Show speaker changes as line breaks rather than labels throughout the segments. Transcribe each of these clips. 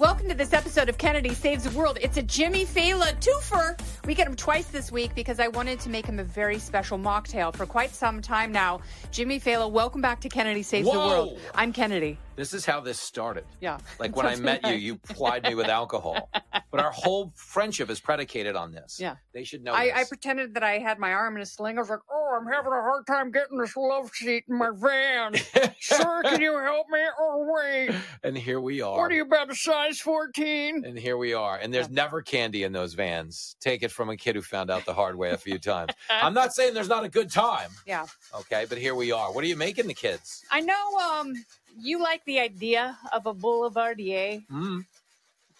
listen to this episode of Kennedy Saves the World. It's a Jimmy Fallon twofer. We get him twice this week because I wanted to make him a very special mocktail for quite some time now. Jimmy Fallon, welcome back to Kennedy Saves the
Whoa.
World. I'm Kennedy.
This is how this started.
Yeah.
Like when I met you, you plied me with alcohol. But our whole friendship is predicated on this.
Yeah.
They should know
I, I
this.
pretended that I had my arm in a sling. I was like, "Oh, I'm having a hard time getting this love seat in my van. Sir, can you help me? Oh, wait,
and here we are.
what are you about a size 14?"
and here we are. And there's never candy in those vans. Take it from a kid who found out the hard way a few times. I'm not saying there's not a good time.
Yeah.
Okay, but here we are. What are you making the kids?
I know um you like the idea of a boulevardier,
Mm.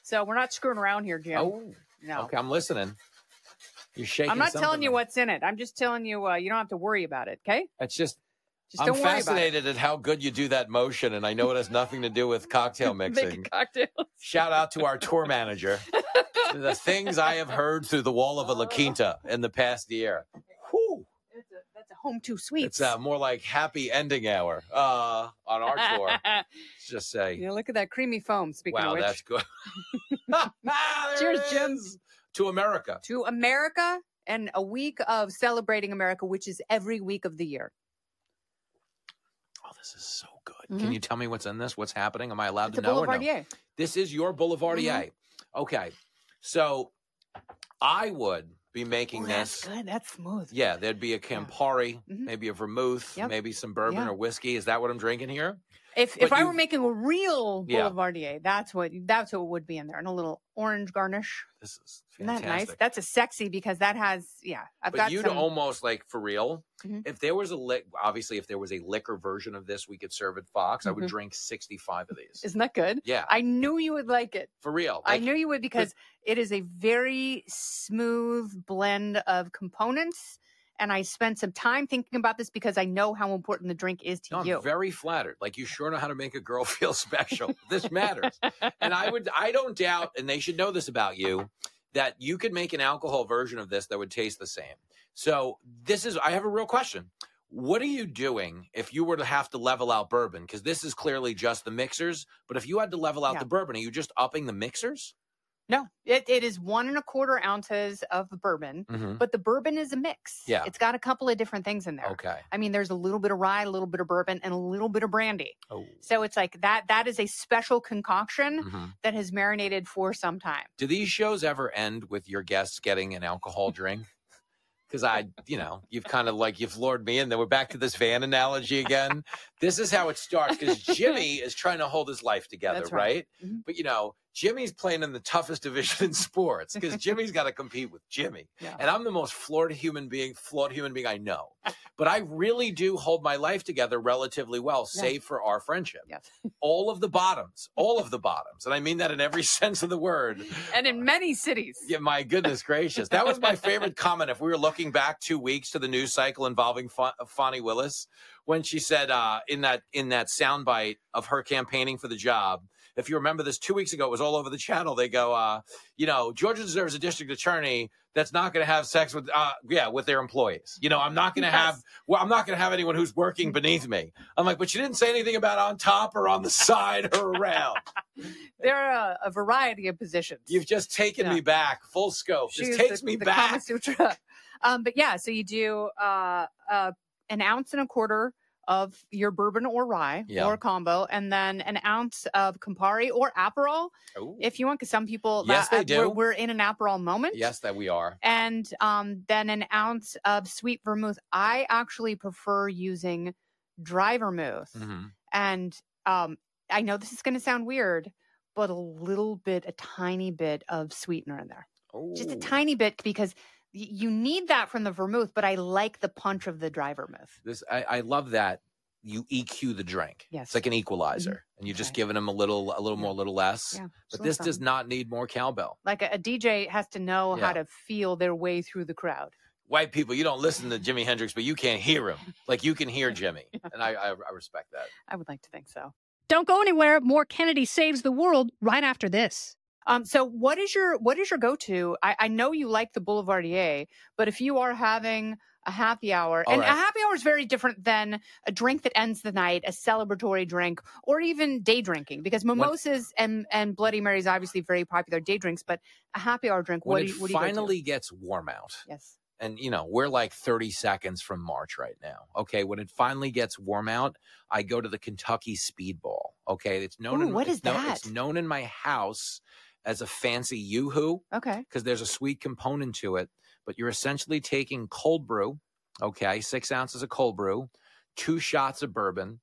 so we're not screwing around here, Jim.
Oh,
no.
okay. I'm listening. You're shaking.
I'm not
something.
telling you what's in it. I'm just telling you uh, you don't have to worry about it, okay?
It's just
Just
I'm
don't worry about it.
fascinated at how good you do that motion, and I know it has nothing to do with cocktail mixing.
Making cocktails.
Shout out to our tour manager. the things I have heard through the wall of a La Quinta in the past year. Whew.
That's a, that's a home two
It's
sweets.
uh, more like happy ending hour uh, on our tour. Let's just say,
yeah, look at that creamy foam. Speaking
wow,
of which,
that's good. Ah, there
Cheers,
it
Jim.
is. To America.
to America and a week of celebrating America, which is every week of the year.
Oh, this is so good.
Mhm.
Can you tell me what's in this? What's happening? Am I allowed
It's
to
a
know? or no?
boulevardier. Mm-hmm.
This is your boulevardier. Okay. So I would be making
Oh,
this.
that's good. That's smooth.
Yeah, there'd be a Campari,
Mhm.
maybe a vermouth,
Yep.
maybe some bourbon
Yeah.
or whiskey. Is that what I'm drinking here?
If if
But
I
you-
were making a real
Yeah.
boulevardier, that's what that's what would be in there, and a little orange garnish.
This is
Isn't that
fantastic.
nice? That's a sexy because that has yeah. I've
but
got
you'd
some.
almost like for real.
Mhm.
If there was a lick, obviously, if there was a liquor version of this, we could serve at Fox. I would
Mhm.
drink 65 of these.
Isn't that good?
yeah,
I knew you would like it.
for real.
I
Like,
knew you would because it is a very smooth blend of components. And I spent some time thinking about this because I know how important the drink is to
no, Oh, I'm
you.
very flattered. Like you sure know how to make a girl feel special. this matters. And I would, I don't doubt, and they should know this about you, that you could make an alcohol version of this that would taste the same. So this is, I have a real question. What are you doing if you were to have to level out bourbon? Because this is clearly just the mixers. But if you had to level out
Yeah.
the bourbon, are you just upping the mixers?
No, it, it is one and a quarter ounces of bourbon,
Mm-hmm.
but the bourbon is a mix.
Yeah.
It's got a couple of different things in there.
Okay.
I mean, there's a little bit of rye, a little bit of bourbon, and a little bit of brandy.
Oh.
So it's like that. That is a special concoction
Mhm.
that has marinated for some time.
Do these shows ever end with your guests getting an alcohol drink? Because I, you know, you've kind of like you've lured me in. Then we're back to this van analogy again. this is how it starts because Jimmy is trying to hold his life together,
That's
right?
right. Mhm.
But you know, Jimmy's playing in the toughest division in sports because Jimmy's got to compete with Jimmy,
Yeah.
and I'm the most flawed human being, flawed human being I know. But I really do hold my life together relatively well,
Yeah.
save for our friendship.
Yes.
All of the bottoms, all of the bottoms, and I mean that in every sense of the word.
And in many cities.
Yeah, my goodness gracious. That was my favorite comment. If we were looking back two weeks to the news cycle involving Fa- Fonnie Willis, when she said uh, in that in that soundbite of her campaigning for the job, if you remember this, two weeks ago it was all over the channel. They go, uh, you know, Georgia deserves a district attorney that's not going to have sex with, uh, yeah, with their employees. You know, I'm not going to
Yes.
have, well, I'm not going to have anyone who's working beneath me. I'm like, but she didn't say anything about on top or on the side or around.
There are a, a variety of positions.
You've just taken
Yeah.
me back, full scope.
She
This
is
takes
the-
me
the
back.
Kama Sutra. Um, but yeah, so you do uh, uh, an ounce and a quarter of your bourbon or rye
Yeah.
or combo, and then an ounce of Campari or Aperol
Ooh.
if you want, because some people uh,
Yes, they
We're,
do.
we're in an Aperol moment.
Yes, that we are.
And um, then an ounce of sweet vermouth. I actually prefer using dry vermouth.
Mm-hmm.
And um, I know this is going to sound weird, but a little bit, a tiny bit of sweetener in there just a
Ooh.
tiny bit because y- you need that from the vermouth, but I like the punch of the dry vermouth.
This I, I love that you EQ the drink.
Yes.
it's like an equalizer, and you're just
Right.
giving them a little, a little
Yeah.
more, a little less.
Yeah,
But this does not need more cowbell.
like a, a DJ has to know how
Yeah.
to feel their way through the crowd.
White people, you don't listen to Jimi Hendrix, but you can't hear him. Like you can hear Jimmy, and I, I, I respect that.
I would like to think so.
Don't go anywhere. More Kennedy Saves the World right after this.
Um, so what is your what is your go to? I, I know you like the Boulevardier, but if you are having a happy hour,
All
and
right.
a happy hour is very different than a drink that ends the night, a celebratory drink, or even day drinking, because mimosas and and Bloody Marys obviously very popular day drinks, but a happy hour drink.
When
What
it
do you, what do you go to?
finally gets warm out,
yes.
and you know we're like 30 seconds from march right now okay when it finally gets warm out i go to the kentucky speedball okay it's known
Ooh,
in,
what
it's
is
known, it's
that?
known in my house as a fancy yoo-hoo
Okay.
because there's a sweet component to it but you're essentially taking cold brew okay six ounces of cold brew two shots of bourbon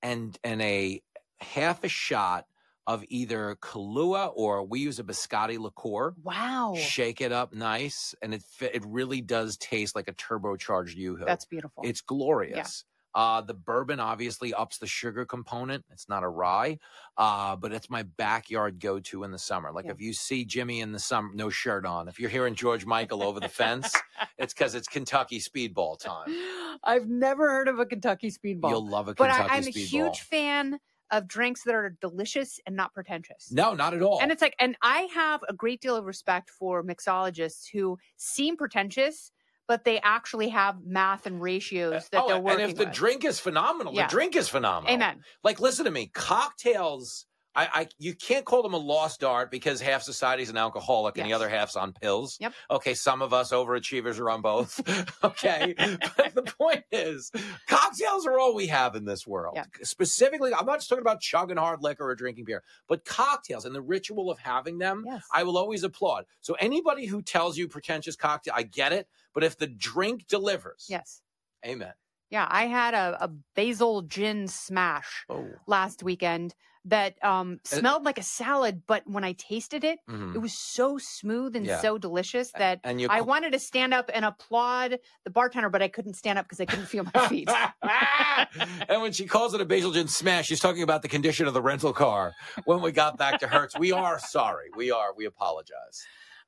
and and a half a shot of either Kahlua or we use a biscotti liqueur
Wow.
shake it up nice, and it fi- it really does taste like a turbocharged yoo-hoo.
That's beautiful.
it's glorious. Uh, the bourbon obviously ups the sugar component. It's not a rye, uh, but it's my backyard go-to in the summer. Like
Yeah.
if you see Jimmy in the summer, no shirt on. If you're hearing George Michael over the fence, it's because it's Kentucky speedball time.
I've never heard of a Kentucky speedball.
You'll love a
but
Kentucky
I, I'm a
speedball.
huge fan of drinks that are delicious and not pretentious.
no, not at all. Eh,
And it's like, and I have a great deal of respect for mixologists who seem pretentious, but they actually have math and ratios that
Oh,
they're
and-
working
and if the
with.
drink is phenomenal,
Yeah.
the drink is phenomenal.
Amen.
like listen to me cocktails I, I you can't call them a lost art because half society's an alcoholic and the
Yes.
other half's on pills
Yep.
okay some of us overachievers are on both okay but the point is cocktails are all we have in this world
Yeah.
specifically i'm not just talking about chugging hard liquor or drinking beer but cocktails and the ritual of having them
Yes.
hmm, I will always applaud. So anybody who tells you pretentious cocktail, I get it. But if the drink delivers,
yes.
amen.
Yeah. I had a, a basil gin smash
Oh,
last weekend that um,
Uh,
smelled like a salad, but when I tasted it,
mhm.
it was so smooth and
Yeah.
so delicious that
and you
I wanted to stand up and applaud the bartender, but I couldn't stand up because I couldn't feel my feet.
and when she calls it a basil gin smash, she's talking about the condition of the rental car. When we got back to Hertz, we are sorry. We are. We apologize.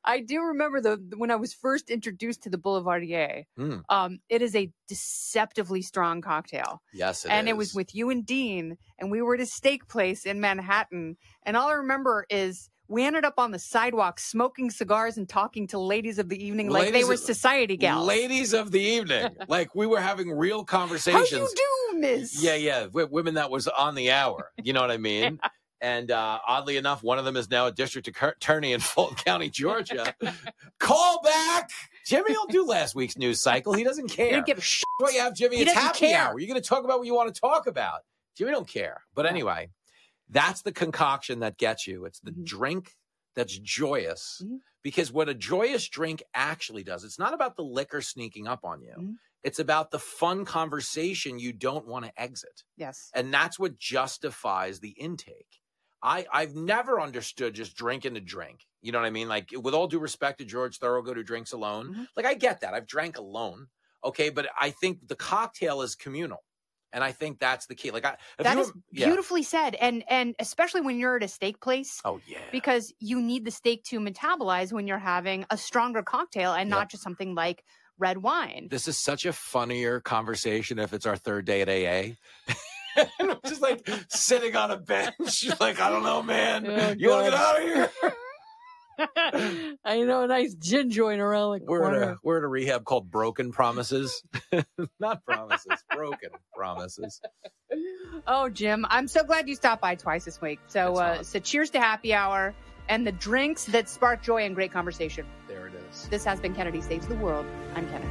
I do remember though when I was first introduced to the Boulevardier.
Mm.
Um, it is a deceptively strong cocktail,
Yes,
and it was
with.
with you and Dean, and we were at a steak place in Manhattan. And all I remember is we ended up on the sidewalk smoking cigars and talking to ladies of the evening like they
Ladies
were
of-
society gals.
Ladies of the evening, like we were having real
How
conversations.
you do, Miss?
Yeah, yeah. W- women that was on the hour. You know what I mean? And uh, oddly enough, one of them is now a district acc- attorney in Fulton County, Georgia. Call back. Jimmy will do last week's news cycle. He doesn't care.
You don't give a sh-
That's why you have Jimmy.
He
it's
doesn't
happy
care.
hour. You're going to talk about what you want to talk about. Jimmy don't care. But
No.
anyway, that's the concoction that gets you. It's the
Mhm.
drink that's joyous.
Mhm.
Because what a joyous drink actually does, it's not about the liquor sneaking up on you.
Mhm.
It's about the fun conversation you don't want to exit.
Yes.
And that's what justifies the intake. I, I've never understood just drinking to drink. You know what I mean? Like, with all due respect to George Thorogood, who drinks alone,
Mhm.
like, I get that. I've drank alone. Okay. But I think the cocktail is communal. And I think that's the key. Like, I, if
That
you-
is
yeah.
beautifully said, and and especially when you're at a steak place,
Oh, yeah.
because you need the steak to metabolize when you're having a stronger cocktail and
Yep.
not just something like red wine.
this is such a funnier conversation if it's our third day at AA. and I'm just like sitting on a bench, like, I don't know, man.
Oh,
you want to get
God.
out of here?
I know a nice gin joint around the
We're at a we're at a rehab called Broken Promises, not promises, broken promises.
Oh, Jim, I'm so glad you stopped by twice this week. So,
It's
uh,
on.
so cheers to happy hour and the drinks that spark joy and great conversation.
There it is.
This has been Kennedy Saves the World. I'm Kennedy.